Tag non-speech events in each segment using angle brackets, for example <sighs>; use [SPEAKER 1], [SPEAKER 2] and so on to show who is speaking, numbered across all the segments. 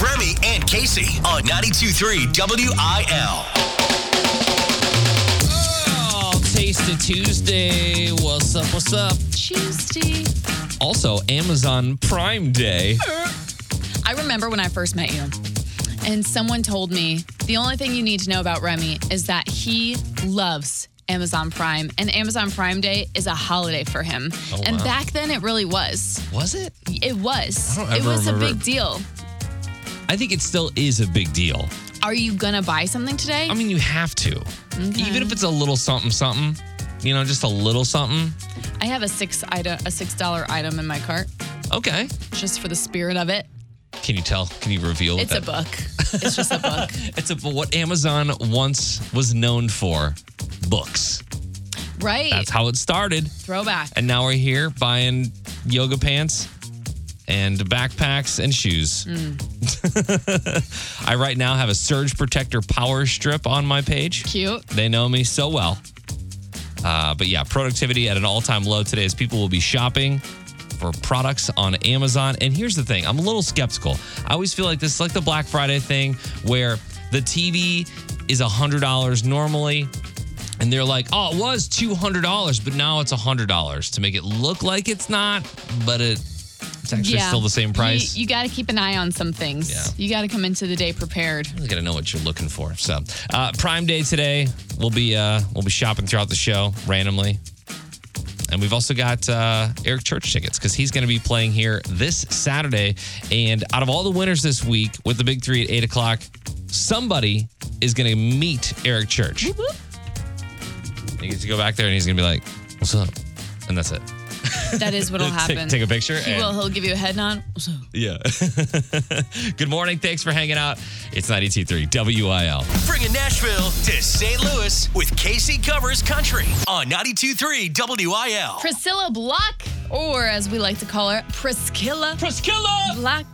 [SPEAKER 1] Remy, and Casey on 92.3 WIL.
[SPEAKER 2] Oh, Taste of Tuesday. What's up? What's up?
[SPEAKER 3] Tuesday.
[SPEAKER 2] Also, Amazon Prime Day.
[SPEAKER 3] I remember when I first met you, and someone told me the only thing you need to know about Remy is that he loves Amazon Prime, and Amazon Prime Day is a holiday for him.
[SPEAKER 2] Oh,
[SPEAKER 3] and
[SPEAKER 2] wow.
[SPEAKER 3] back then, it really was.
[SPEAKER 2] Was it?
[SPEAKER 3] It was.
[SPEAKER 2] I don't
[SPEAKER 3] It
[SPEAKER 2] ever
[SPEAKER 3] was a
[SPEAKER 2] remember.
[SPEAKER 3] big deal.
[SPEAKER 2] I think it still is a big deal.
[SPEAKER 3] Are you gonna buy something today?
[SPEAKER 2] I mean, you have to. Even if it's a little something, something, you know, just a little something.
[SPEAKER 3] I have a six item, a six dollar item in my cart,
[SPEAKER 2] Okay.
[SPEAKER 3] just for the spirit of it.
[SPEAKER 2] Can you tell? Can you reveal?
[SPEAKER 3] It's a
[SPEAKER 2] that-
[SPEAKER 3] book. It's just
[SPEAKER 2] <laughs>
[SPEAKER 3] a book.
[SPEAKER 2] It's a, what Amazon once was known for books.
[SPEAKER 3] Right.
[SPEAKER 2] That's how it started.
[SPEAKER 3] Throwback.
[SPEAKER 2] And now we're here buying yoga pants and backpacks and shoes. <laughs> I right now have a surge protector power strip on my page.
[SPEAKER 3] Cute.
[SPEAKER 2] They know me so well. Uh, but yeah, productivity at an all time low today as people will be shopping for products on Amazon. And here's the thing I'm a little skeptical. I always feel like this is like the Black Friday thing where the TV is $100 normally. And they're like, oh, it was $200, but now it's $100 to make it look like it's not, but it, it's actually still the same price.
[SPEAKER 3] You, you got to keep an eye on some things.
[SPEAKER 2] Yeah.
[SPEAKER 3] You got to come into the day prepared.
[SPEAKER 2] You gotta know what you're looking for. So, uh, Prime Day today. We'll be uh, we'll be shopping throughout the show randomly, and we've also got uh, Eric Church tickets because he's gonna be playing here this Saturday. And out of all the winners this week, with the big three at eight o'clock, somebody is gonna meet Eric Church. He gets to go back there, and he's gonna be like, "What's up?" And that's it.
[SPEAKER 3] That is what'll
[SPEAKER 2] <laughs> Take-
[SPEAKER 3] happen.
[SPEAKER 2] take a picture
[SPEAKER 3] He
[SPEAKER 2] and-
[SPEAKER 3] will. He'll give you a head nod.
[SPEAKER 2] Yeah. <laughs> Good morning. Thanks for hanging out. It's 92.3 WIL.
[SPEAKER 1] Bringing Nashville to St. Louis with Casey Covers Country on 92.3 WIL.
[SPEAKER 3] Priscilla Block, or as we like to call her, Priscilla
[SPEAKER 2] Priscilla.
[SPEAKER 3] Block,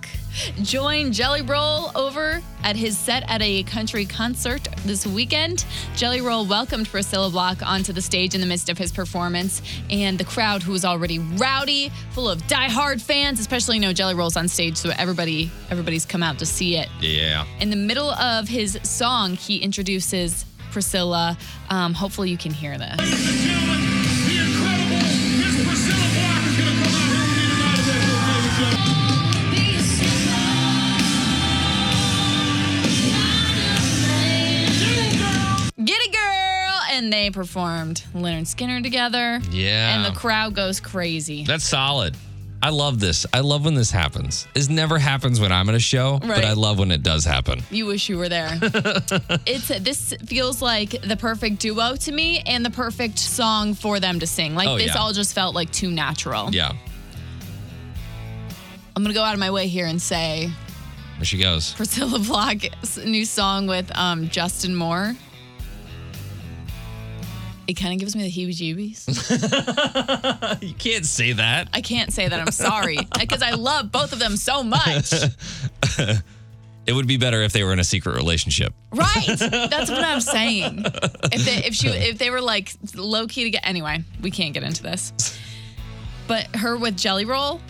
[SPEAKER 3] joined Jelly Roll over at his set at a country concert this weekend. Jelly Roll welcomed Priscilla Block onto the stage in the midst of his performance, and the crowd, who was already rowdy, full of diehard fans, especially you know Jelly Roll's on stage, so everybody everybody's come out to see it.
[SPEAKER 2] Yeah.
[SPEAKER 3] In the middle of his song, he introduces Priscilla. Um, hopefully, you can hear this.
[SPEAKER 4] Ladies and gentlemen, the incredible Miss Priscilla Block is going to come out here and lead an out of there for us, ladies and gentlemen.
[SPEAKER 3] Get it, girl! And they performed Leonard Skinner together.
[SPEAKER 2] Yeah.
[SPEAKER 3] And the crowd goes crazy.
[SPEAKER 2] That's solid. I love this. I love when this happens. This never happens when I'm at a show, but
[SPEAKER 3] Right.
[SPEAKER 2] I love when it does happen.
[SPEAKER 3] You wish you were there.
[SPEAKER 2] <laughs>
[SPEAKER 3] it's this feels like the perfect duo to me, and the perfect song for them to sing. Like
[SPEAKER 2] Oh,
[SPEAKER 3] this
[SPEAKER 2] yeah.
[SPEAKER 3] all just felt like too natural.
[SPEAKER 2] Yeah.
[SPEAKER 3] I'm gonna go out of my way here and say
[SPEAKER 2] There she goes.
[SPEAKER 3] Priscilla Block's new song with um, Justin Moore. It kind of gives me the heebie-jeebies.
[SPEAKER 2] You can't say that.
[SPEAKER 3] I can't say that. I'm sorry <laughs> because I love both of them so much.
[SPEAKER 2] It would be better if they were in a secret relationship.
[SPEAKER 3] Right? That's what I'm saying. If they, if she if they were like low key to get anyway, we can't get into this. But her with Jelly Roll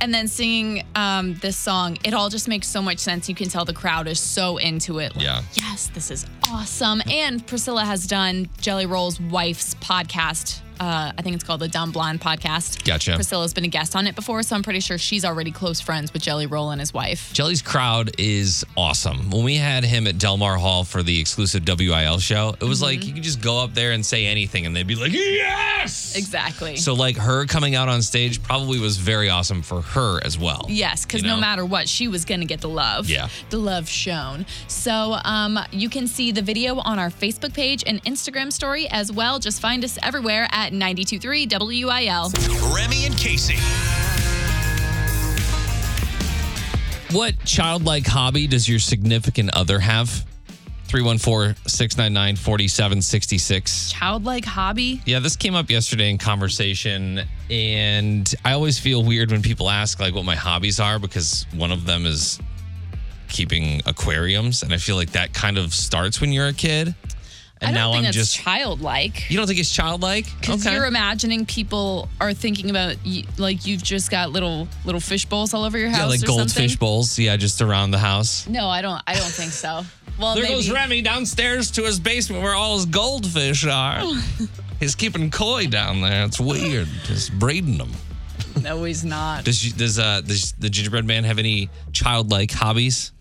[SPEAKER 3] and then singing um, this song, it all just makes so much sense. You can tell the crowd is so into it. Like,
[SPEAKER 2] Yeah.
[SPEAKER 3] Yes, this is awesome. And Priscilla has done Jelly Roll's wife's podcast. Uh, I think it's called the Dumb Blonde podcast.
[SPEAKER 2] Gotcha.
[SPEAKER 3] Priscilla's been a guest on it before, so I'm pretty sure she's already close friends with Jelly Roll and his wife.
[SPEAKER 2] Jelly's crowd is awesome. When we had him at Delmar Hall for the exclusive WIL show, it was like you could just go up there and say anything and they'd be like, yes.
[SPEAKER 3] Exactly.
[SPEAKER 2] So, like, her coming out on stage probably was very awesome for her as well.
[SPEAKER 3] Yes, because
[SPEAKER 2] You know?
[SPEAKER 3] no matter what, she was going to get the love.
[SPEAKER 2] Yeah.
[SPEAKER 3] The love shown. So um, you can see the video on our Facebook page and Instagram story as well. Just find us everywhere at 923 WIL.
[SPEAKER 1] Remy and Casey.
[SPEAKER 2] What childlike hobby does your significant other have? 314 699 4766.
[SPEAKER 3] Childlike hobby.
[SPEAKER 2] Yeah, this came up yesterday in conversation, and I always feel weird when people ask like what my hobbies are because one of them is keeping aquariums, and I feel like that kind of starts when you're a kid. and
[SPEAKER 3] I don't
[SPEAKER 2] now
[SPEAKER 3] think
[SPEAKER 2] I'm
[SPEAKER 3] that's
[SPEAKER 2] just.
[SPEAKER 3] childlike.
[SPEAKER 2] you don't think it's childlike?
[SPEAKER 3] Because you're imagining people are thinking about y- like you've just got little little fish bowls all over your house.
[SPEAKER 2] yeah, like
[SPEAKER 3] or
[SPEAKER 2] goldfish
[SPEAKER 3] something.
[SPEAKER 2] bowls. Yeah, just around the house.
[SPEAKER 3] No, I don't. I don't think so. Well,
[SPEAKER 2] There
[SPEAKER 3] maybe.
[SPEAKER 2] goes Remy downstairs to his basement where all his goldfish <laughs> are. he's keeping koi down there. It's weird. Just breeding them.
[SPEAKER 3] No, he's not.
[SPEAKER 2] Does you- does uh does the gingerbread man have any childlike hobbies?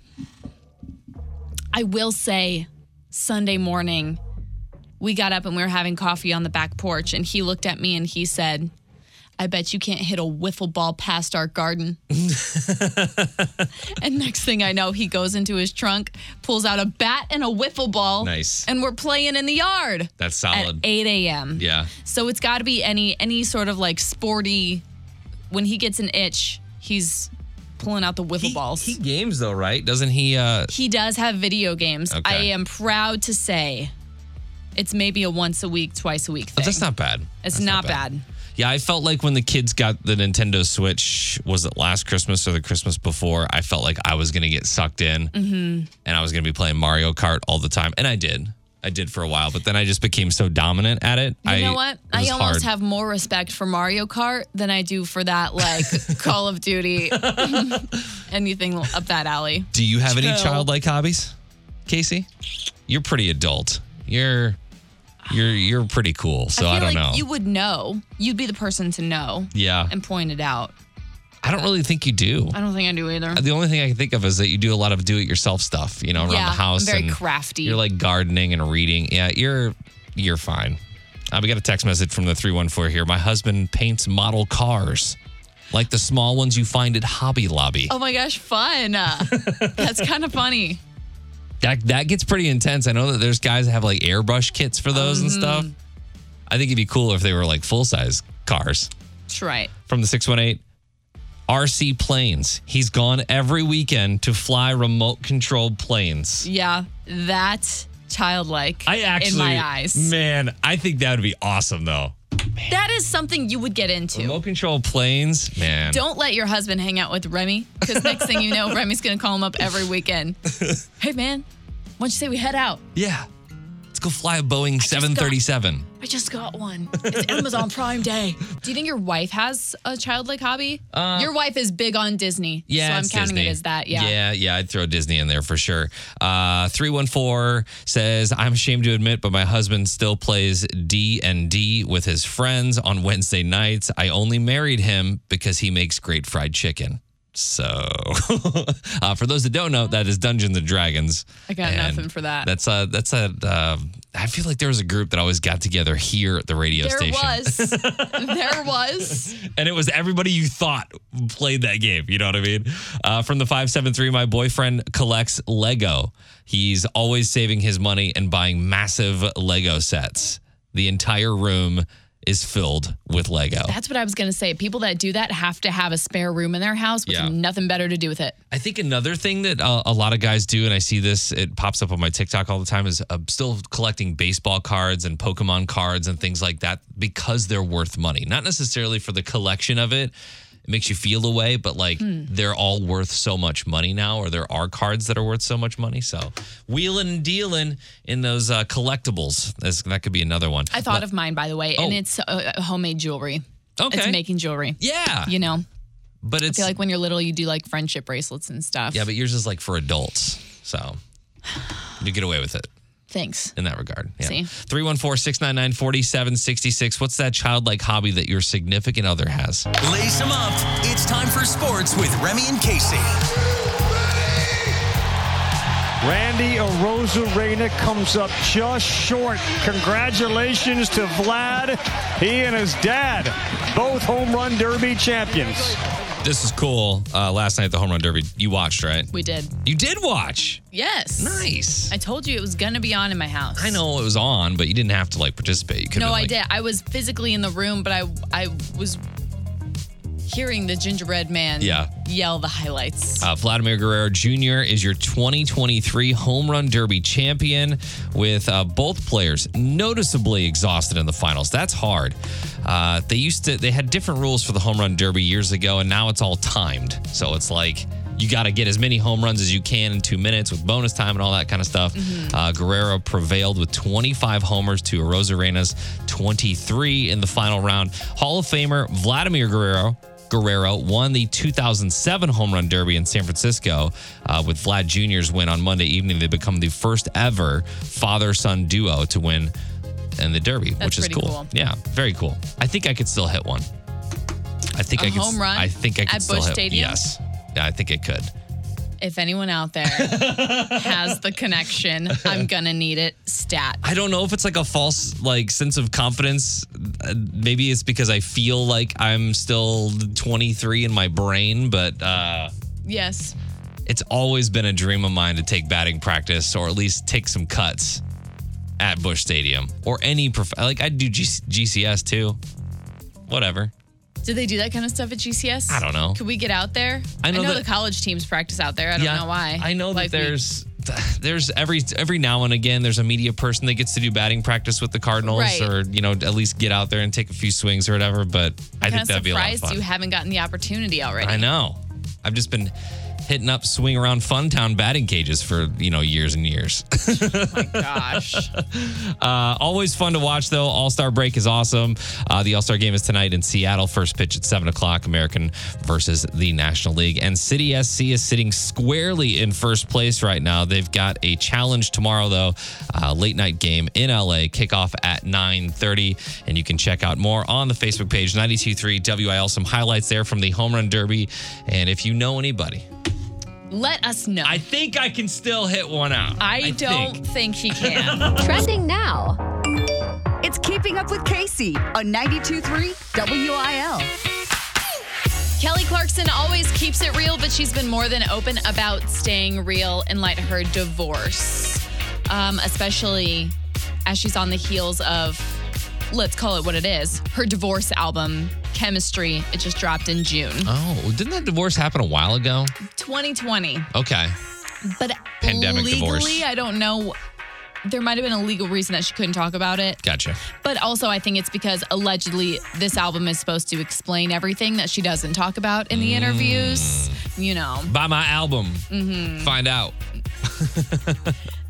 [SPEAKER 3] I will say, Sunday morning, we got up and we were having coffee on the back porch, and he looked at me and he said, I bet you can't hit a wiffle ball past our
[SPEAKER 2] <laughs>
[SPEAKER 3] garden. and next thing I know, he goes into his trunk, pulls out a bat and a wiffle ball.
[SPEAKER 2] Nice.
[SPEAKER 3] And we're playing in the yard
[SPEAKER 2] That's
[SPEAKER 3] at
[SPEAKER 2] solid.
[SPEAKER 3] 8 a.m.
[SPEAKER 2] Yeah.
[SPEAKER 3] So it's got to be any any sort of like sporty. When he gets an itch, he's pulling out the wiffle balls.
[SPEAKER 2] He games though, right? Doesn't he? uh
[SPEAKER 3] He does have video games.
[SPEAKER 2] Okay.
[SPEAKER 3] I am proud to say it's maybe a once a week, twice a week thing.
[SPEAKER 2] Oh, That's not bad.
[SPEAKER 3] it's
[SPEAKER 2] That's
[SPEAKER 3] not, bad.
[SPEAKER 2] Yeah, I felt like when the kids got the Nintendo Switch, was it last Christmas or the Christmas before? I felt like I was going to get sucked in
[SPEAKER 3] Mm-hmm.
[SPEAKER 2] and I was going to be playing Mario Kart all the time. And I did. I did for a while, but then I just became so dominant at it.
[SPEAKER 3] You
[SPEAKER 2] I,
[SPEAKER 3] know what?
[SPEAKER 2] it
[SPEAKER 3] I
[SPEAKER 2] was
[SPEAKER 3] almost
[SPEAKER 2] hard.
[SPEAKER 3] have more respect for Mario Kart than I do for that
[SPEAKER 2] <laughs>
[SPEAKER 3] like Call of Duty, <laughs> anything up that alley.
[SPEAKER 2] Do you have any
[SPEAKER 3] Chill.
[SPEAKER 2] childlike hobbies, Casey? You're pretty adult. You're. You're you're pretty cool, so I,
[SPEAKER 3] feel
[SPEAKER 2] don't
[SPEAKER 3] like
[SPEAKER 2] know.
[SPEAKER 3] you would know. You'd be the person to know
[SPEAKER 2] yeah,
[SPEAKER 3] and point it out.
[SPEAKER 2] I don't really think you do.
[SPEAKER 3] I don't think I do either.
[SPEAKER 2] The only thing I can think of is that you do a lot of do-it-yourself stuff, you know, around
[SPEAKER 3] Yeah,
[SPEAKER 2] the house.
[SPEAKER 3] I'm very
[SPEAKER 2] and
[SPEAKER 3] crafty.
[SPEAKER 2] You're like gardening and reading. Yeah, you're you're fine. Uh, we got a text message from the three one four here. My husband paints model cars, like the small ones you find at Hobby Lobby.
[SPEAKER 3] Oh my
[SPEAKER 2] <laughs>
[SPEAKER 3] gosh, fun. Uh, That's kind of funny.
[SPEAKER 2] That that gets pretty intense. I know that there's guys that have like airbrush kits for those and stuff.
[SPEAKER 3] Mm-hmm.
[SPEAKER 2] I think it'd be cooler if they were like full size cars.
[SPEAKER 3] That's right.
[SPEAKER 2] from the 618 RC planes. He's gone every weekend to fly remote controlled planes.
[SPEAKER 3] Yeah, that's childlike
[SPEAKER 2] I actually,
[SPEAKER 3] in my eyes.
[SPEAKER 2] man, I think that would be awesome though.
[SPEAKER 3] That is something you would get into.
[SPEAKER 2] Remote control planes, man.
[SPEAKER 3] Don't let your husband hang out with Remy because next thing
[SPEAKER 2] <laughs>
[SPEAKER 3] you know, Remy's going to call him up every weekend. hey, man, why don't you say we head out?
[SPEAKER 2] yeah. Let's go fly a Boeing
[SPEAKER 3] got-
[SPEAKER 2] 737.
[SPEAKER 3] I just got one.
[SPEAKER 2] <laughs>
[SPEAKER 3] It's Amazon Prime Day. Do you think your wife has a childlike hobby? your wife is big on Disney.
[SPEAKER 2] Uh, Yeah,
[SPEAKER 3] So I'm
[SPEAKER 2] it's
[SPEAKER 3] counting
[SPEAKER 2] Disney.
[SPEAKER 3] it as that. Yeah.
[SPEAKER 2] yeah, yeah. I'd throw Disney in there for sure. Uh, Three one four says, "I'm ashamed to admit, but my husband still plays D and D with his friends on Wednesday nights. I only married him because he makes great fried chicken." So, <laughs> uh, for those that don't know, that is Dungeons and Dragons.
[SPEAKER 3] I got
[SPEAKER 2] And
[SPEAKER 3] nothing for that.
[SPEAKER 2] That's a that's a. Uh, I feel like there was a group that always got together here at the radio
[SPEAKER 3] There
[SPEAKER 2] station <laughs>
[SPEAKER 3] was. there was.
[SPEAKER 2] and it was everybody you thought played that game. You know what I mean? Uh, from the 573, my boyfriend collects Lego. He's always saving his money and buying massive Lego sets. The entire room is filled with Lego.
[SPEAKER 3] That's what I was going to say. People that do that have to have a spare room in their house with
[SPEAKER 2] Yeah.
[SPEAKER 3] nothing better to do with it.
[SPEAKER 2] I think another thing that uh, a lot of guys do, and I see this, it pops up on my TikTok all the time, is uh, still collecting baseball cards and Pokemon cards and things like that because they're worth money. Not necessarily for the collection of it. It makes you feel a way, but like
[SPEAKER 3] Hmm.
[SPEAKER 2] they're all worth so much money now, or there are cards that are worth so much money. So wheeling and dealing in those uh, collectibles, that's, that could be another one.
[SPEAKER 3] I thought of mine, by the way, and
[SPEAKER 2] Oh.
[SPEAKER 3] it's uh, homemade jewelry.
[SPEAKER 2] Okay.
[SPEAKER 3] It's making jewelry.
[SPEAKER 2] yeah,
[SPEAKER 3] You know,
[SPEAKER 2] but
[SPEAKER 3] I
[SPEAKER 2] it's
[SPEAKER 3] feel like when you're little, you do like friendship bracelets and stuff.
[SPEAKER 2] yeah, but yours is like for adults, so you get away with it.
[SPEAKER 3] thanks.
[SPEAKER 2] in that regard. Yeah.
[SPEAKER 3] See?
[SPEAKER 2] 314 699 4766. What's that childlike hobby that your significant other has?
[SPEAKER 1] Lace them up. It's time for sports with Remy and Casey.
[SPEAKER 5] Randy Arozarena comes up just short. Congratulations to Vlad. He and his dad, both home run derby champions.
[SPEAKER 2] This is cool. Uh, last night at the Home Run Derby, you watched, right?
[SPEAKER 3] We did.
[SPEAKER 2] You did watch.
[SPEAKER 3] Yes.
[SPEAKER 2] Nice.
[SPEAKER 3] I told you it was going to be on in my house.
[SPEAKER 2] I know it was on, but you didn't have to like participate. You could've
[SPEAKER 3] No,
[SPEAKER 2] been,
[SPEAKER 3] I
[SPEAKER 2] like-
[SPEAKER 3] did. I was physically in the room, but I I was hearing the gingerbread man
[SPEAKER 2] Yeah.
[SPEAKER 3] yell the highlights.
[SPEAKER 2] Uh, Vladimir Guerrero Jr. is your 2023 Home Run Derby champion, with uh, both players noticeably exhausted in the finals. That's hard. Uh, they used to they had different rules for the Home Run Derby years ago, and now it's all timed. So it's like you got to get as many home runs as you can in two minutes with bonus time and all that kind of stuff. Uh, Guerrero prevailed with 25 homers to Rosarena's 23 in the final round. Hall of Famer Vladimir Guerrero. Guerrero won the 2007 Home Run Derby in San Francisco uh, with Vlad Jr.'s win on Monday evening. They become the first ever father son duo to win in the Derby, which is
[SPEAKER 3] pretty
[SPEAKER 2] cool.
[SPEAKER 3] cool.
[SPEAKER 2] Yeah, very cool. I think I could still hit one. I think
[SPEAKER 3] A
[SPEAKER 2] I could.
[SPEAKER 3] home run
[SPEAKER 2] I think I could
[SPEAKER 3] at
[SPEAKER 2] still
[SPEAKER 3] Busch
[SPEAKER 2] hit.
[SPEAKER 3] Stadium?
[SPEAKER 2] Yes. Yeah, I think it could.
[SPEAKER 3] If anyone
[SPEAKER 2] <laughs>
[SPEAKER 3] out there has the connection, I'm gonna need it stat.
[SPEAKER 2] I don't know if it's like a false like sense of confidence. Uh, Maybe it's because I feel like I'm still 23 in my brain, but uh,
[SPEAKER 3] Yes.
[SPEAKER 2] it's always been a dream of mine to take batting practice or at least take some cuts at Bush Stadium or any prof- like I do G- GCS too. Whatever.
[SPEAKER 3] Do they do that kind of stuff at GCS?
[SPEAKER 2] I don't know.
[SPEAKER 3] Could we get out there?
[SPEAKER 2] I know that-
[SPEAKER 3] the college teams practice out there. I don't know why.
[SPEAKER 2] I know that
[SPEAKER 3] Like, we-
[SPEAKER 2] there's <sighs> there's every every now and again there's a media person that gets to do batting practice with the Cardinals
[SPEAKER 3] Right.
[SPEAKER 2] or you know at least get out there and take a few swings or whatever. But I
[SPEAKER 3] kind
[SPEAKER 2] think
[SPEAKER 3] of
[SPEAKER 2] that'd be a lot of
[SPEAKER 3] surprised
[SPEAKER 2] fun.
[SPEAKER 3] you haven't gotten the opportunity already.
[SPEAKER 2] I know. I've just been hitting up swing around Funtown batting cages for you know years and years.
[SPEAKER 3] Gosh.
[SPEAKER 2] Uh, always fun to watch, though. All Star break is awesome. Uh, the All Star game is tonight in Seattle. First pitch at 7 o'clock, American versus the National League. And City SC is sitting squarely in first place right now. They've got a challenge tomorrow, though. Uh, late night game in LA, kickoff at 9.30. And you can check out more on the Facebook page, 92.3 WIL. Some highlights there from the Home Run Derby. And if you know anybody,
[SPEAKER 3] Let us know.
[SPEAKER 2] I think I can still hit one out.
[SPEAKER 3] I don't
[SPEAKER 2] think.
[SPEAKER 3] think he can. <laughs>
[SPEAKER 6] Trending now. It's Keeping Up with Casey on 92.3 WIL.
[SPEAKER 3] Kelly Clarkson always keeps it real, but she's been more than open about staying real in light of her divorce, um, especially as she's on the heels of, let's call it what it is, her divorce album, Chemistry. It just dropped in June
[SPEAKER 2] Oh, well, didn't that divorce happen a while ago?
[SPEAKER 3] 2020.
[SPEAKER 2] Okay.
[SPEAKER 3] But
[SPEAKER 2] Pandemic
[SPEAKER 3] legally,
[SPEAKER 2] divorce.
[SPEAKER 3] I don't know. There might have been a legal reason that she couldn't talk about it.
[SPEAKER 2] Gotcha.
[SPEAKER 3] But also, I think it's because allegedly this album is supposed to explain everything that she doesn't talk about in the interviews. You know,
[SPEAKER 2] Buy my album.
[SPEAKER 3] Mm-hmm.
[SPEAKER 2] Find out.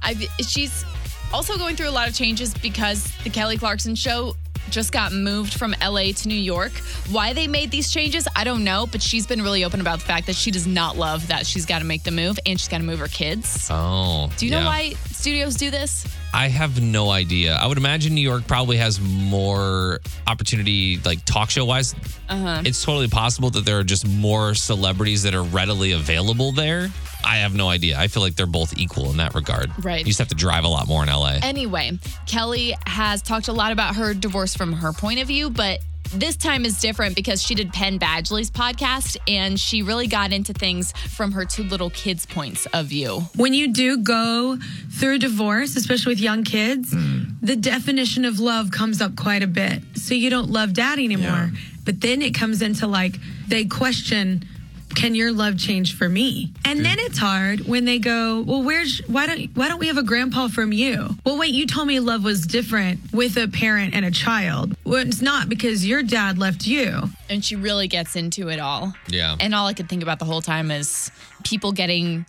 [SPEAKER 3] I've, she's also going through a lot of changes because the Kelly Clarkson show just got moved from LA to New York. Why they made these changes, I don't know, but she's been really open about the fact that she does not love that she's got to make the move and she's got to move her kids.
[SPEAKER 2] Oh.
[SPEAKER 3] Do you know
[SPEAKER 2] yeah.
[SPEAKER 3] why studios do this?
[SPEAKER 2] I have no idea. I would imagine New York probably has more opportunity, like talk show wise. Uh-huh. It's totally possible that there are just more celebrities that are readily available there. I have no idea. I feel like they're both equal in that regard.
[SPEAKER 3] Right.
[SPEAKER 2] You just have to drive a lot more in LA.
[SPEAKER 3] Anyway, Kelly has talked a lot about her divorce from her point of view, but this time is different because she did Penn Badgley's podcast and she really got into things from her two little kids' points of view.
[SPEAKER 7] when you do go through a divorce, especially with young kids, the definition of love comes up quite a bit. So you don't love daddy anymore. But then it comes into like they question, can your love change for me? And then it's hard when they go, well, where's why don't why don't we have a grandpa from you? Well, wait, you told me love was different with a parent and a child. Well, it's not because your dad left you.
[SPEAKER 3] And she really gets into it all.
[SPEAKER 2] Yeah.
[SPEAKER 3] And all I could think about the whole time is people getting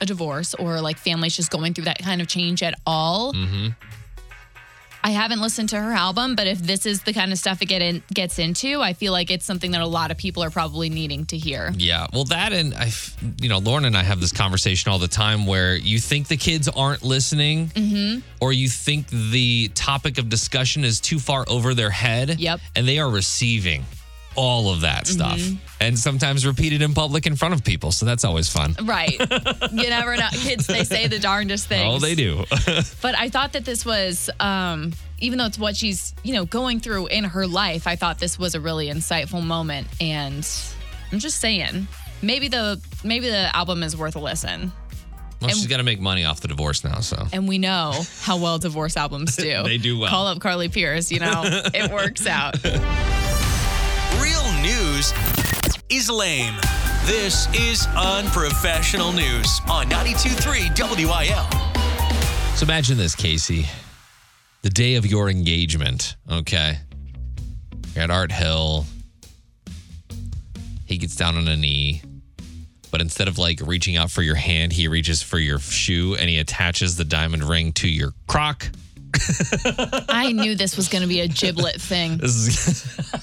[SPEAKER 3] a divorce or like families just going through that kind of change at all. I haven't listened to her album, but if this is the kind of stuff it get in, gets into, I feel like it's something that a lot of people are probably needing to hear.
[SPEAKER 2] Yeah. Well, that and I, f- you know, Lauren and I have this conversation all the time where you think the kids aren't listening or you think the topic of discussion is too far over their head.
[SPEAKER 3] Yep.
[SPEAKER 2] And they are receiving all of that stuff and sometimes repeated in public in front of people. So that's always fun.
[SPEAKER 3] Right. you never know. Kids, they say
[SPEAKER 2] <laughs>
[SPEAKER 3] the darndest things.
[SPEAKER 2] Oh, they do.
[SPEAKER 3] But I thought that this was, um, even though it's what she's, you know, going through in her life, I thought this was a really insightful moment. And I'm just saying, maybe the maybe the album is worth a listen.
[SPEAKER 2] well, she's got to make money off the divorce now. So
[SPEAKER 3] And we know how well
[SPEAKER 2] <laughs>
[SPEAKER 3] divorce albums do.
[SPEAKER 2] They do well.
[SPEAKER 3] Call up Carly Pierce,
[SPEAKER 2] <laughs>
[SPEAKER 3] you know, it works out.
[SPEAKER 1] Real news is lame. This is unprofessional news on 92.3 WIL.
[SPEAKER 2] So imagine this, Casey. The day of your engagement, okay? You're at Art Hill. He gets down on a knee. But instead of like reaching out for your hand, he reaches for your shoe and he attaches the diamond ring to your croc.
[SPEAKER 3] I knew this was going to be a giblet thing.
[SPEAKER 2] This is. <laughs>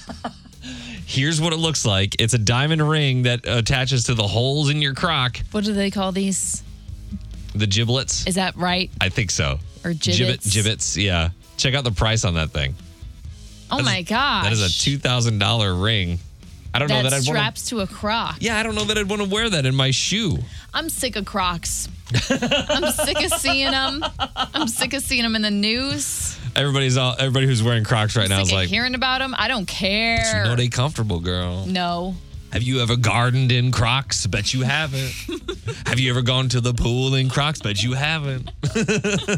[SPEAKER 2] Here's what it looks like. It's a diamond ring that attaches to the holes in your croc,
[SPEAKER 3] What do they call these?
[SPEAKER 2] the giblets.
[SPEAKER 3] Is that right?
[SPEAKER 2] I think so.
[SPEAKER 3] Or
[SPEAKER 2] Gibbet,
[SPEAKER 3] gibbets.
[SPEAKER 2] gibbets, yeah. Check out the price on that thing.
[SPEAKER 3] Oh my gosh.
[SPEAKER 2] That is a two thousand dollar ring. I don't know
[SPEAKER 3] That
[SPEAKER 2] that I'd want.
[SPEAKER 3] straps to a croc.
[SPEAKER 2] Yeah, I don't know that I'd want to wear that in my shoe.
[SPEAKER 3] I'm sick of crocs. I'm sick of seeing them. I'm sick of seeing them in the news.
[SPEAKER 2] Everybody's all everybody who's wearing Crocs right now
[SPEAKER 3] Sick
[SPEAKER 2] is
[SPEAKER 3] of
[SPEAKER 2] like,
[SPEAKER 3] hearing about them. I don't care.
[SPEAKER 2] you know they comfortable, girl.
[SPEAKER 3] no.
[SPEAKER 2] Have you ever gardened in Crocs? Bet you haven't. Have you ever gone to the pool in Crocs? Bet you haven't. <laughs>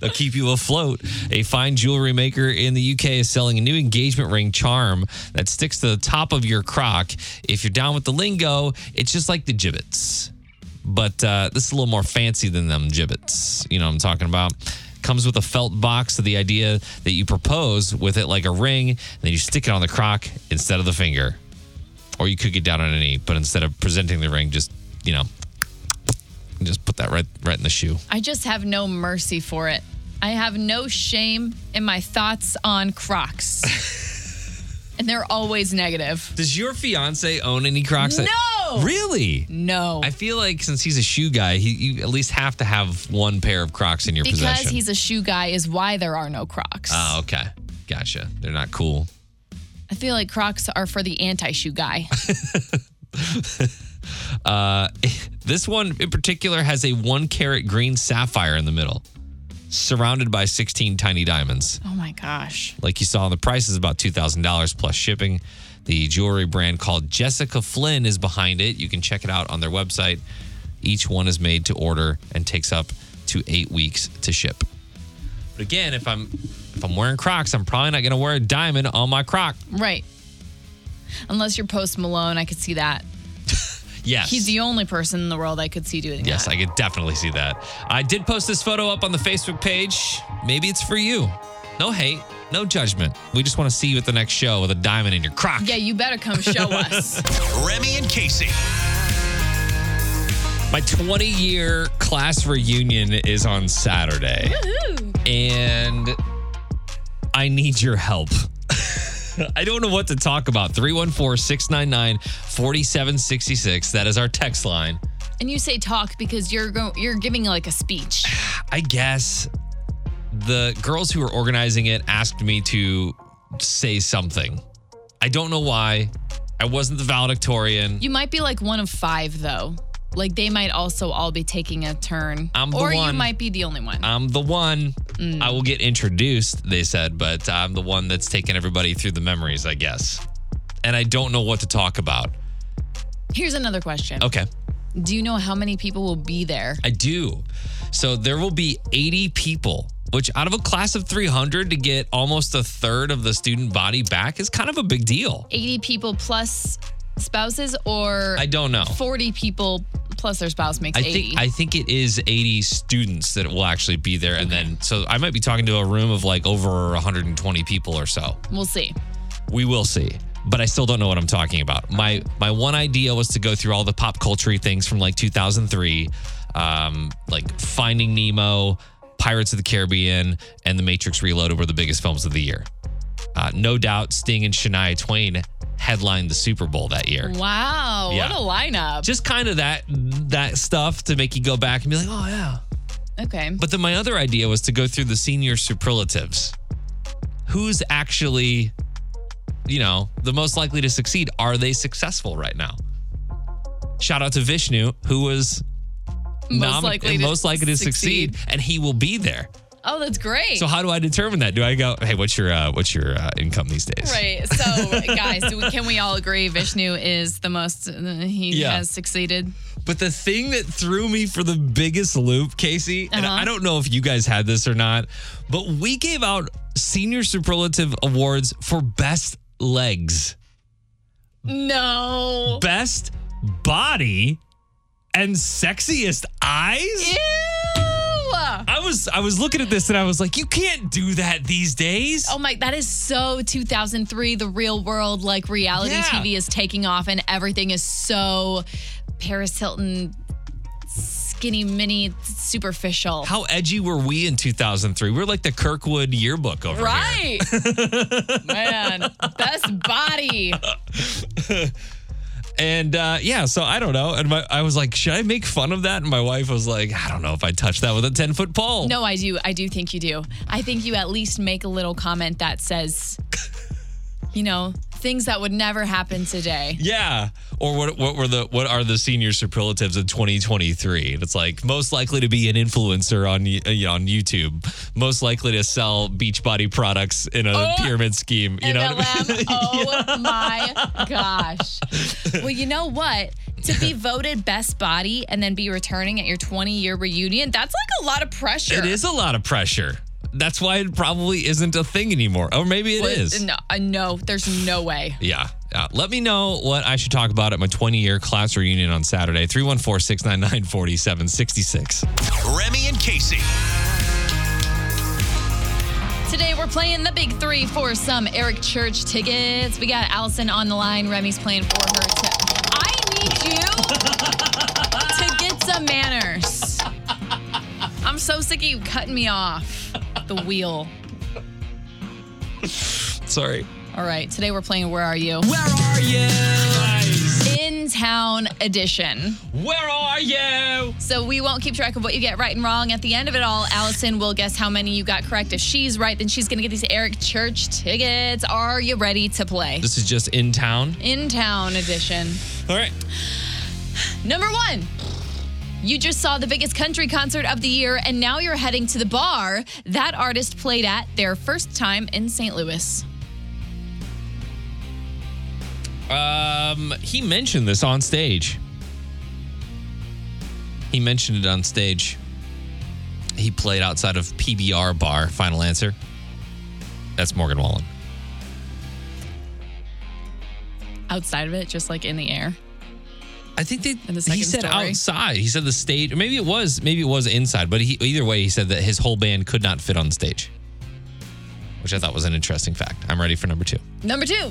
[SPEAKER 2] They'll keep you afloat. A fine jewelry maker in the UK is selling a new engagement ring charm that sticks to the top of your Croc. If you're down with the lingo, it's just like the gibbets. But uh, this is a little more fancy than them gibbets. You know what I'm talking about? Comes with a felt box. So the idea that you propose with it like a ring, and then you stick it on the croc instead of the finger or you could get down on a knee, but instead of presenting the ring, just you know, just put that right right in the shoe.
[SPEAKER 3] I just have no mercy for it. I have no shame in my thoughts
[SPEAKER 2] <laughs>
[SPEAKER 3] on crocs. and they're always negative.
[SPEAKER 2] Does your fiance own any Crocs? that-
[SPEAKER 3] No!
[SPEAKER 2] really.
[SPEAKER 3] No.
[SPEAKER 2] I feel like since he's a shoe guy, he you at least have to have one pair of Crocs in your
[SPEAKER 3] because
[SPEAKER 2] possession.
[SPEAKER 3] he's a shoe guy is why there are no crocs.
[SPEAKER 2] oh, okay, gotcha. They're not cool.
[SPEAKER 3] I feel like crocs are for the
[SPEAKER 2] <laughs>
[SPEAKER 3] anti-shoe guy.
[SPEAKER 2] Uh, <laughs> this one in particular has a one carat green sapphire in the middle, surrounded by sixteen tiny diamonds.
[SPEAKER 3] oh my gosh.
[SPEAKER 2] Like you saw, the price is about $2,000 plus shipping. The jewelry brand called Jessica Flynn is behind it. You can check it out on their website. Each one is made to order and takes up to eight weeks to ship. But again, if I'm if I'm wearing Crocs, I'm probably not gonna wear a diamond on my Croc.
[SPEAKER 3] Right. Unless you're Post Malone, I could see that.
[SPEAKER 2] Yes.
[SPEAKER 3] He's the only person in the world I could see doing
[SPEAKER 2] Yes,
[SPEAKER 3] that.
[SPEAKER 2] I could definitely see that. I did post this photo up on the Facebook page. Maybe it's for you. No hate, no judgment. We just want to see you at the next show with a diamond in your croc.
[SPEAKER 3] Yeah, you better come
[SPEAKER 2] <laughs>
[SPEAKER 3] show us.
[SPEAKER 1] Remy and Casey.
[SPEAKER 2] My 20 year class reunion is on Saturday. And I need your help. <laughs> I don't know what to talk about. 314 699 4766. That is our text line.
[SPEAKER 3] And you say talk because you're go- you're giving like a speech.
[SPEAKER 2] I guess the girls who were organizing it asked me to say something. I don't know why. I wasn't the valedictorian.
[SPEAKER 3] You might be like one of five though. Like they might also all be taking a turn.
[SPEAKER 2] I'm the
[SPEAKER 3] or you
[SPEAKER 2] one.
[SPEAKER 3] might be the only one.
[SPEAKER 2] I'm the one. I will get introduced, they said, but I'm the one that's taking everybody through the memories, I guess. And I don't know what to talk about.
[SPEAKER 3] Here's another question.
[SPEAKER 2] Okay,
[SPEAKER 3] Do you know how many people will be there?
[SPEAKER 2] I do. So there will be 80 people, which out of a class of 300 to get almost a third of the student body back is kind of a big deal.
[SPEAKER 3] 80 people plus spouses or
[SPEAKER 2] I don't know.
[SPEAKER 3] 40 people plus their spouse makes
[SPEAKER 2] I
[SPEAKER 3] 80.
[SPEAKER 2] think I think it is 80 students that will actually be there and then so I might be talking to a room of like over 120 people or so.
[SPEAKER 3] we'll see.
[SPEAKER 2] We will see. But I still don't know what I'm talking about. My my one idea was to go through all the pop culture things from like 2003, um, like Finding Nemo, Pirates of the Caribbean, and The Matrix Reloaded were the biggest films of the year. Uh, no doubt, Sting and Shania Twain headlined the Super Bowl that year.
[SPEAKER 3] Mm. Wow,
[SPEAKER 2] Yeah.
[SPEAKER 3] what a lineup.
[SPEAKER 2] Just kind of that that stuff to make you go back and be like, oh yeah.
[SPEAKER 3] okay.
[SPEAKER 2] But then my other idea was to go through the senior superlatives. Who's actually, you know, the most likely to succeed? Are they successful right now? Shout out to Vishnu, who was nomi- most likely to succeed. and he will be there.
[SPEAKER 3] Oh, that's great.
[SPEAKER 2] So how do I determine that? Do I go, hey, what's your uh, what's your uh, income these days?
[SPEAKER 3] <laughs> Right. So, guys, do we- can we all agree Vishnu is the most, uh, he
[SPEAKER 2] Yeah.
[SPEAKER 3] has succeeded?
[SPEAKER 2] But the thing that threw me for the biggest loop, Casey, and
[SPEAKER 3] Uh-huh.
[SPEAKER 2] I don't know if you guys had this or not, but we gave out senior superlative awards for best legs,
[SPEAKER 3] No.
[SPEAKER 2] best body, and sexiest eyes.
[SPEAKER 3] Ew. Yeah.
[SPEAKER 2] I was I was looking at this and I was like, you can't do that these days.
[SPEAKER 3] Oh my, that is so 2003. The real world, like reality
[SPEAKER 2] Yeah.
[SPEAKER 3] TV is taking off and everything is so Paris Hilton, skinny, mini, superficial.
[SPEAKER 2] How edgy were we in 2003? We were like the Kirkwood yearbook over here.
[SPEAKER 3] right.
[SPEAKER 2] <laughs>
[SPEAKER 3] Man, best body.
[SPEAKER 2] And uh, yeah, so I don't know. And my, I was like, should I make fun of that? And my wife was like, I don't know if I touched that with a 10 foot pole.
[SPEAKER 3] No, I do. I do think you do. I think you at least make a little comment that says, you know, things that would never happen today.
[SPEAKER 2] Yeah. Or what what were the what are the senior superlatives of 2023? And it's like most likely to be an influencer on y- uh, you know, on YouTube, most likely to sell Beachbody products in a pyramid scheme, you know? what I mean?
[SPEAKER 3] MLM. <laughs>
[SPEAKER 2] <laughs>
[SPEAKER 3] Oh my gosh. Well, you know what? To be voted best body and then be returning at your 20 year reunion, that's like a lot of
[SPEAKER 2] <laughs>
[SPEAKER 3] pressure.
[SPEAKER 2] It is a lot of pressure. That's why it probably isn't a thing anymore. Or maybe it
[SPEAKER 3] What-
[SPEAKER 2] is.
[SPEAKER 3] No, uh, no, there's no way.
[SPEAKER 2] Yeah. Uh, let me know what I should talk about at my 20 year class reunion on Saturday, 314 699 4766.
[SPEAKER 1] Remy and Casey.
[SPEAKER 3] Today we're playing the big three for some Eric Church tickets. We got Allison on the line. Remy's playing for her. To- I need you to get some manners. I'm so sick of you cutting me off the wheel.
[SPEAKER 2] Sorry.
[SPEAKER 3] All right, today we're playing Where Are You?
[SPEAKER 2] Where are you?
[SPEAKER 3] In Town Edition.
[SPEAKER 2] Where are you?
[SPEAKER 3] So we won't keep track of what you get right and wrong. At the end of it all, Allison will guess how many you got correct. If she's right, then she's going to get these Eric Church tickets. Are you ready to play?
[SPEAKER 2] This is just in town.
[SPEAKER 3] In Town Edition.
[SPEAKER 2] All right.
[SPEAKER 3] Number one. You just saw the biggest country concert of the year, and now you're heading to the bar that artist played at their first time in St. Louis.
[SPEAKER 2] Um, he mentioned this on stage. He mentioned it on stage. He played outside of PBR Bar. Final answer. That's Morgan Wallen.
[SPEAKER 3] Outside of it, just like in the air.
[SPEAKER 2] I think they.
[SPEAKER 3] And the
[SPEAKER 2] he
[SPEAKER 3] second
[SPEAKER 2] said
[SPEAKER 3] story.
[SPEAKER 2] outside. He said the stage. Maybe it was. Maybe it was inside. But he, either way, he said that his whole band could not fit on stage, which I thought was an interesting fact. I'm ready for number two.
[SPEAKER 3] Number <laughs> two.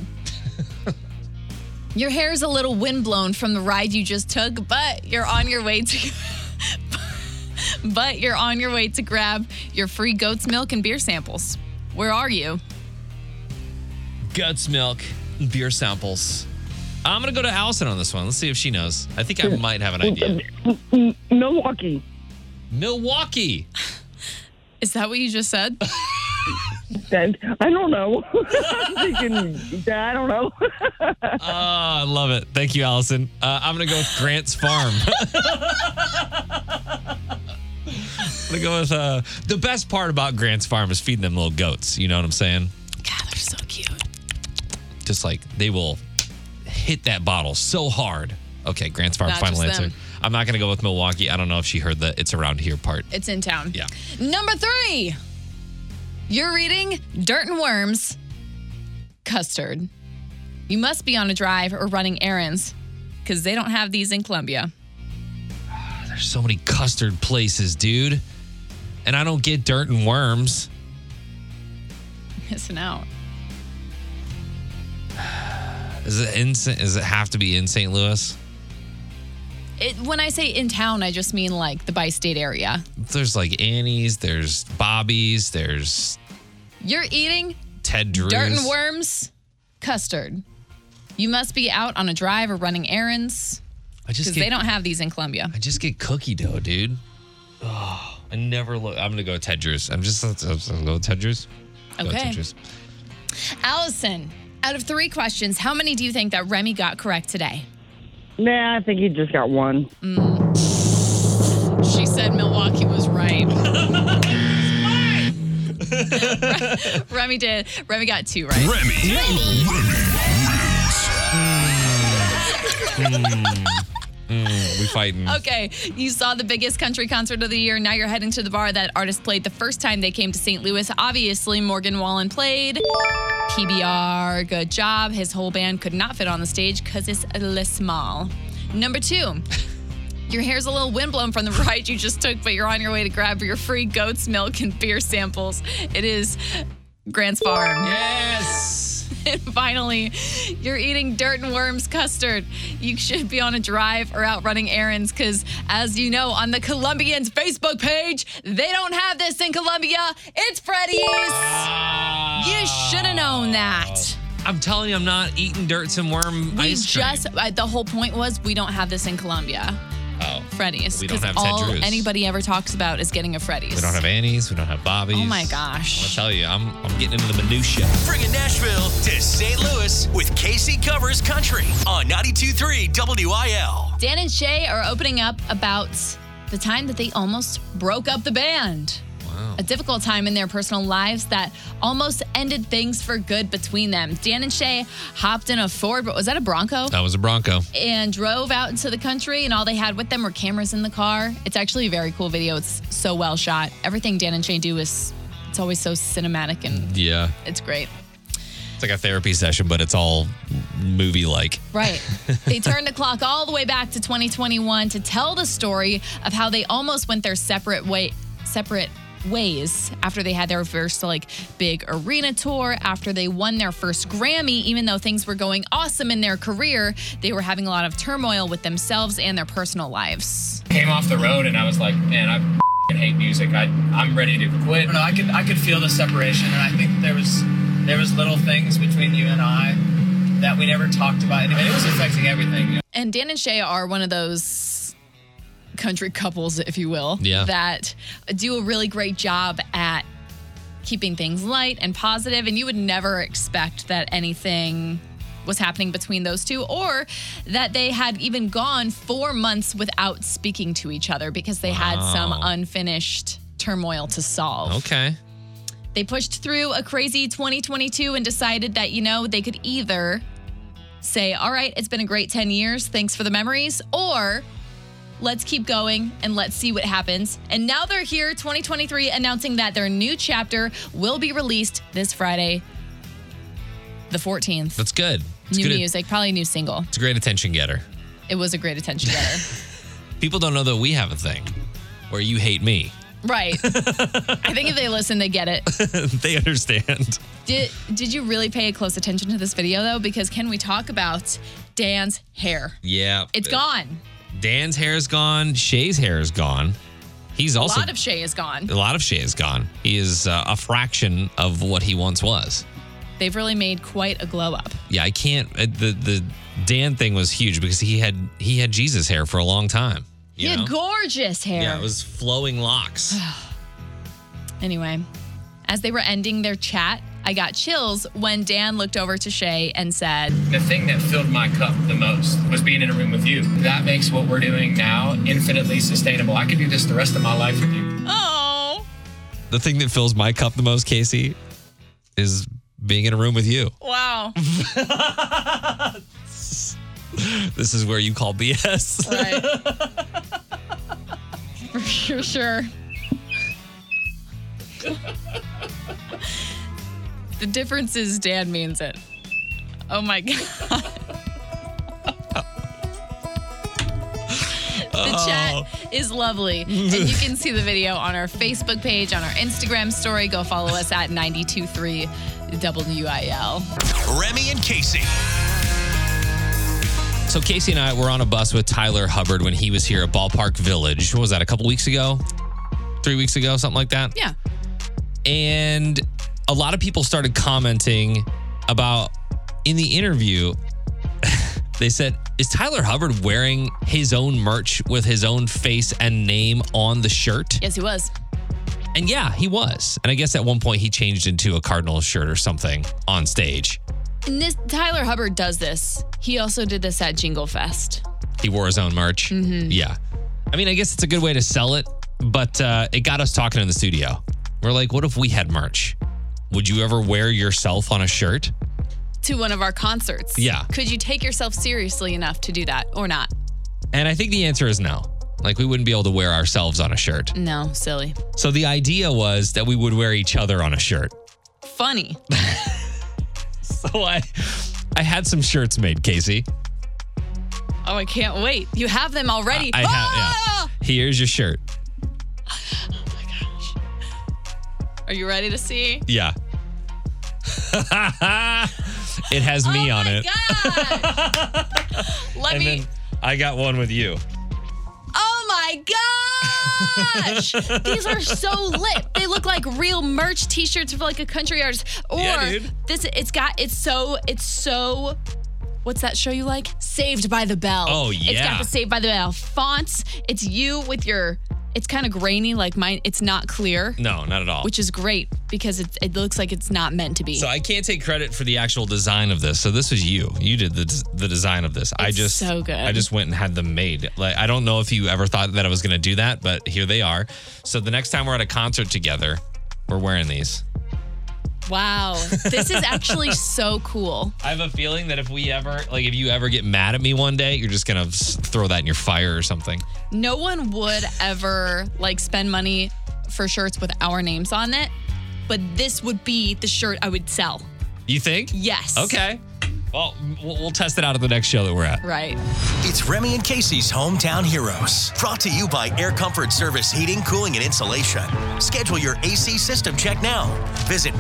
[SPEAKER 3] your hair's a little windblown from the ride you just took, but you're on your way to <laughs> but you're on your way to grab your free goat's milk and beer samples. Where are you?
[SPEAKER 2] Guts milk, beer samples. I'm gonna go to Allison on this one. Let's see if she knows. I think I might have an idea.
[SPEAKER 8] Milwaukee.
[SPEAKER 2] Milwaukee.
[SPEAKER 3] Is that what you just said?
[SPEAKER 8] Then I don't know. <laughs> I'm thinking, yeah, I don't know. <laughs>
[SPEAKER 2] Oh, I love it. Thank you, Allison. Uh, I'm gonna go with Grant's Farm. <laughs> I'm gonna go with uh, the best part about Grant's Farm is feeding them little goats. You know what I'm saying?
[SPEAKER 3] God, they're so cute.
[SPEAKER 2] just like they will hit that bottle so hard. Okay, Grant's Farm
[SPEAKER 3] Not
[SPEAKER 2] final answer.
[SPEAKER 3] just them.
[SPEAKER 2] I'm not going to go with Milwaukee. I don't know if she heard the it's around here part.
[SPEAKER 3] It's in town.
[SPEAKER 2] Yeah.
[SPEAKER 3] Number three. You're reading Dirt and Worms Custard. You must be on a drive or running errands because they don't have these in Columbia. <laughs>
[SPEAKER 2] There's so many custard places, dude. And I don't get dirt and worms.
[SPEAKER 3] Missing out.
[SPEAKER 2] Is it in does it have to be in St. Louis?
[SPEAKER 3] It, when I say in town, I just mean like the bi state area.
[SPEAKER 2] There's like Annie's, there's Bobby's, there's
[SPEAKER 3] You're eating
[SPEAKER 2] Ted Drew's.
[SPEAKER 3] dirt and worms custard. You must be out on a drive or running errands
[SPEAKER 2] I just
[SPEAKER 3] because
[SPEAKER 2] get,
[SPEAKER 3] they don't have these in Columbia.
[SPEAKER 2] I just get cookie dough, dude. Oh, I never look. I'm gonna go with Ted Drew's. I'm just I'm gonna go with Ted Drew's. Go with
[SPEAKER 3] Okay.
[SPEAKER 2] Ted Drew's.
[SPEAKER 3] Allison, out of three questions, how many do you think that Remy got correct today?
[SPEAKER 8] nah, I think he just got one.
[SPEAKER 3] She said Milwaukee was right. <laughs> Remy did. Remy got two right.
[SPEAKER 1] Remy.
[SPEAKER 2] We fighting.
[SPEAKER 3] <laughs> Okay, you saw the biggest country concert of the year. Now you're heading to the bar that artist played the first time they came to St. Louis. Obviously, Morgan Wallen played. PBR, good job. His whole band could not fit on the stage because it's a little small. Number two, Your hair's a little windblown from the ride you just took, but you're on your way to grab your free goat's milk and beer samples. It is Grant's Farm.
[SPEAKER 2] Yes.
[SPEAKER 3] And <laughs> finally, you're eating dirt and worms custard. You should be on a drive or out running errands because, as you know, on the Colombians Facebook page, they don't have this in Colombia. It's Freddy's. You should have known that.
[SPEAKER 2] I'm telling you, I'm not eating dirt and worm
[SPEAKER 3] We
[SPEAKER 2] Oh, ice cream.
[SPEAKER 3] just, uh, the whole point was we don't have this in Colombia.
[SPEAKER 2] oh,
[SPEAKER 3] Freddy's.
[SPEAKER 2] We don't
[SPEAKER 3] 'cause
[SPEAKER 2] have Ted
[SPEAKER 3] all
[SPEAKER 2] Drews.
[SPEAKER 3] anybody ever talks about is getting a Freddy's.
[SPEAKER 2] we don't have Annie's. We don't have Bobby's.
[SPEAKER 3] Oh my gosh.
[SPEAKER 2] I'll tell you, I'm I'm getting into the minutia.
[SPEAKER 1] Bringing Nashville to St. Louis with KC Covers Country on 92.3 WIL.
[SPEAKER 3] Dan and Shay are opening up about the time that they almost broke up the band. Wow. A difficult time in their personal lives that almost ended things for good between them. Dan and Shay hopped in a Ford, but was that a Bronco?
[SPEAKER 2] That was a Bronco.
[SPEAKER 3] And drove out into the country, and all they had with them were cameras in the car. It's actually a very cool video. It's so well shot. Everything Dan and Shay do is, it's always so cinematic and
[SPEAKER 2] Yeah,
[SPEAKER 3] it's great.
[SPEAKER 2] it's like a therapy session, but it's all movie like.
[SPEAKER 3] Right. they turned the clock all the way back to 2021 to tell the story of how they almost went their separate way separate ways after they had their first like big arena tour, after they won their first Grammy, even though things were going awesome in their career, they were having a lot of turmoil with themselves and their personal lives.
[SPEAKER 9] came off the road and I was like, man, I f***ing hate music. I I'm ready to quit. No, I could I could feel the separation, and I think there was there was little things between you and I that we never talked about, and it was affecting everything. You know?
[SPEAKER 3] And Dan and Shay are one of those country couples, if you will,
[SPEAKER 2] Yeah.
[SPEAKER 3] that do a really great job at keeping things light and positive, And you would never expect that anything was happening between those two or that they had even gone four months without speaking to each other because they had some
[SPEAKER 2] Wow.
[SPEAKER 3] unfinished turmoil to solve.
[SPEAKER 2] Okay.
[SPEAKER 3] They pushed through a crazy 2022 and decided that, you know, they could either say, all right, it's been a great 10 years. Thanks for the memories. Or let's keep going and let's see what happens. And now they're here, 2023, announcing that their new chapter will be released this Friday, the 14th.
[SPEAKER 2] That's good. It's
[SPEAKER 3] new
[SPEAKER 2] good.
[SPEAKER 3] music, probably a new single.
[SPEAKER 2] It's a great attention getter.
[SPEAKER 3] It was a
[SPEAKER 2] <laughs>
[SPEAKER 3] great attention getter.
[SPEAKER 2] People don't know that we have a thing where you hate me. <laughs>
[SPEAKER 3] right. I think if they listen, they get it.
[SPEAKER 2] they understand.
[SPEAKER 3] Did did you really pay close attention to this video though? Because can we talk about Dan's hair?
[SPEAKER 2] Yeah.
[SPEAKER 3] It's gone.
[SPEAKER 2] Dan's hair is gone. Shay's hair is gone. He's
[SPEAKER 3] A
[SPEAKER 2] also
[SPEAKER 3] lot of Shay is gone.
[SPEAKER 2] a lot of Shay is gone. He is uh, a fraction of what he once was.
[SPEAKER 3] They've really made quite a glow up.
[SPEAKER 2] Yeah, I can't. Uh, the the Dan thing was huge because he had he had Jesus hair for a long time. you
[SPEAKER 3] He
[SPEAKER 2] know?
[SPEAKER 3] had gorgeous hair.
[SPEAKER 2] Yeah, it was flowing <sighs> locks.
[SPEAKER 3] anyway, as they were ending their chat, I got chills when Dan looked over to Shay and said,
[SPEAKER 9] The thing that filled my cup the most was being in a room with you. That makes what we're doing now infinitely sustainable. I could do this the rest of my life with you.
[SPEAKER 3] "Oh,
[SPEAKER 2] the thing that fills my cup the most, Casey, is being in a room with you.
[SPEAKER 3] wow."
[SPEAKER 2] This is where you call BS.
[SPEAKER 3] Right. <laughs> For sure, sure. the difference is Dan means it. Oh my God. The chat is lovely. And you can see the video on our Facebook page, on our Instagram story. Go follow us at 923 WIL.
[SPEAKER 1] Remy and Casey.
[SPEAKER 2] <laughs> So Casey and I were on a bus with Tyler Hubbard when he was here at Ballpark Village. What was that? A couple weeks ago, three weeks ago, something like that.
[SPEAKER 3] Yeah.
[SPEAKER 2] And a lot of people started commenting about in the interview. <laughs> they said, "Is Tyler Hubbard wearing his own merch with his own face and name on the shirt?"
[SPEAKER 3] Yes, he was.
[SPEAKER 2] And yeah, he was. And I guess at one point he changed into a Cardinals shirt or something on stage.
[SPEAKER 3] And this, Tyler Hubbard does this. He also did this at Jingle Fest.
[SPEAKER 2] He wore his own merch. Yeah. I mean, I guess it's a good way to sell it, but uh, it got us talking in the studio. We're like, what if we had merch? Would you ever wear yourself on a shirt?
[SPEAKER 3] to one of our concerts.
[SPEAKER 2] Yeah.
[SPEAKER 3] Could you take yourself seriously enough to do that or not?
[SPEAKER 2] And I think the answer is no. Like, we wouldn't be able to wear ourselves on a shirt.
[SPEAKER 3] No, silly.
[SPEAKER 2] So the idea was that we would wear each other on a shirt. <laughs>
[SPEAKER 3] Funny.
[SPEAKER 2] So I, I had some shirts made, Casey.
[SPEAKER 3] Oh, I can't wait. You have them already.
[SPEAKER 2] I
[SPEAKER 3] Ah!
[SPEAKER 2] have, yeah. Here's your shirt.
[SPEAKER 3] Are you ready to see?
[SPEAKER 2] Yeah. <laughs> it has me
[SPEAKER 3] oh
[SPEAKER 2] on
[SPEAKER 3] my
[SPEAKER 2] it.
[SPEAKER 3] God.
[SPEAKER 2] <laughs>
[SPEAKER 3] Let
[SPEAKER 2] And
[SPEAKER 3] me.
[SPEAKER 2] then I got one with you.
[SPEAKER 3] Oh my
[SPEAKER 2] <laughs>
[SPEAKER 3] gosh! These are so lit. They look like real merch T-shirts for like a country artist. Or
[SPEAKER 2] Yeah, dude.
[SPEAKER 3] this, it's got it's so it's so. What's that show you like? Saved by the Bell.
[SPEAKER 2] Oh,
[SPEAKER 3] It's
[SPEAKER 2] yeah.
[SPEAKER 3] got the Saved by the Bell fonts. It's you with your. It's kind of grainy, like mine. It's not clear,
[SPEAKER 2] No, not at all.
[SPEAKER 3] which is great because it it looks like it's not meant to be.
[SPEAKER 2] so I can't take credit for the actual design of this. So this was you. You did the, the design of this. I
[SPEAKER 3] It's
[SPEAKER 2] just
[SPEAKER 3] so good.
[SPEAKER 2] I just went and had them made. Like I don't know if you ever thought that I was going to do that, but here they are. So the next time we're at a concert together, we're wearing these.
[SPEAKER 3] wow, this is actually so cool.
[SPEAKER 2] I have a feeling that if we ever like if you ever get mad at me one day, you're just going to throw that in your fire or something.
[SPEAKER 3] no one would ever like spend money for shirts with our names on it, but this would be the shirt I would sell.
[SPEAKER 2] You think?
[SPEAKER 3] Yes.
[SPEAKER 2] Okay. Well, we'll we'll test it out at the next show that we're at.
[SPEAKER 3] Right.
[SPEAKER 1] It's Remy and Casey's Hometown Heroes. Brought to you by Air Comfort Service Heating, Cooling, and Insulation. Schedule your AC system check now. Visit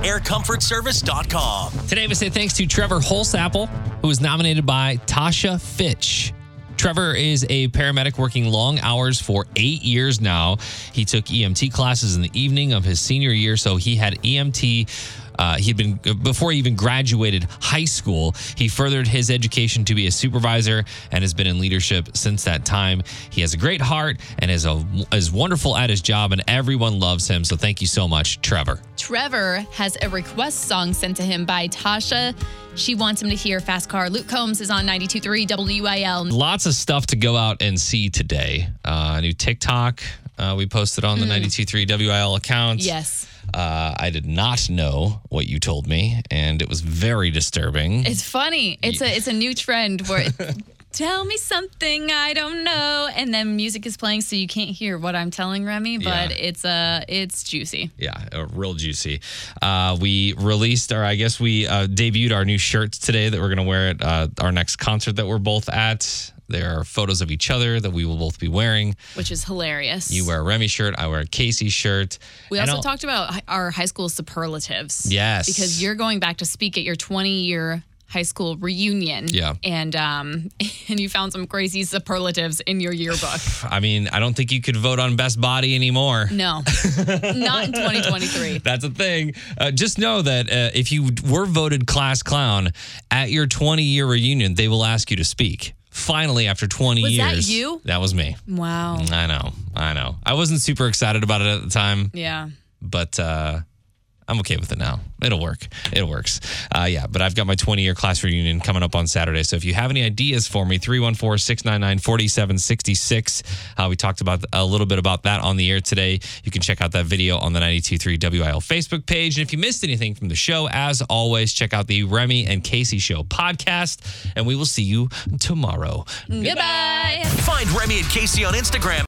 [SPEAKER 1] aircomfortservice.com.
[SPEAKER 2] Today, we say thanks to Trevor Holsapple, who was nominated by Tasha Fitch. Trevor is a paramedic working long hours for eight years now. He took EMT classes in the evening of his senior year, so he had EMT. Uh, he had been before he even graduated high school. He furthered his education to be a supervisor and has been in leadership since that time. He has a great heart and is a is wonderful at his job, and everyone loves him. So thank you so much, Trevor.
[SPEAKER 3] Trevor has a request song sent to him by Tasha. She wants him to hear Fast Car. Luke Combs is on 92.3 WIL.
[SPEAKER 2] lots of stuff to go out and see today. Uh, new TikTok uh, we posted on the 92.3 WIL account.
[SPEAKER 3] Hmm. Yes.
[SPEAKER 2] Uh, I did not know what you told me, and it was very disturbing.
[SPEAKER 3] It's funny. It's a it's a new
[SPEAKER 2] <laughs>
[SPEAKER 3] trend where it, tell me something I don't know and then music is playing so you can't hear what I'm telling Remy, but
[SPEAKER 2] Yeah.
[SPEAKER 3] it's uh it's juicy.
[SPEAKER 2] yeah, uh, real juicy. Uh, we released, or I guess we uh, debuted our new shirts today that we're going to wear at uh, our next concert that we're both at. There are photos of each other that we will both be wearing.
[SPEAKER 3] Which is hilarious.
[SPEAKER 2] You wear a Remy shirt, I wear a Casey shirt.
[SPEAKER 3] We
[SPEAKER 2] And
[SPEAKER 3] also
[SPEAKER 2] I'll-
[SPEAKER 3] talked about hi- our high school superlatives.
[SPEAKER 2] Yes.
[SPEAKER 3] Because you're going back to speak at your 20 year high school reunion.
[SPEAKER 2] Yeah.
[SPEAKER 3] And um <laughs> and you found some crazy superlatives in your yearbook.
[SPEAKER 2] I mean, I don't think you could vote on best body anymore. <laughs>
[SPEAKER 3] No. not in 2023.
[SPEAKER 2] That's a thing. Uh, just know that uh, if you were voted class clown at your 20 year reunion, they will ask you to speak. Finally, after 20
[SPEAKER 3] Was that
[SPEAKER 2] years.
[SPEAKER 3] you?
[SPEAKER 2] That was me.
[SPEAKER 3] Wow.
[SPEAKER 2] I know. I know. I wasn't super excited about it at the time,
[SPEAKER 3] Yeah.
[SPEAKER 2] but uh, I'm okay with it now. It'll work. It works. Uh, yeah, but I've got my 20 year class reunion coming up on Saturday. So if you have any ideas for me, 314 699 4766. uh, We talked about a little bit about that on the air today. You can check out that video on the 923 WIL Facebook page. And if you missed anything from the show, as always, check out the Remy and Casey Show podcast. And we will see you tomorrow.
[SPEAKER 3] Goodbye.
[SPEAKER 1] Find Remy and Casey on Instagram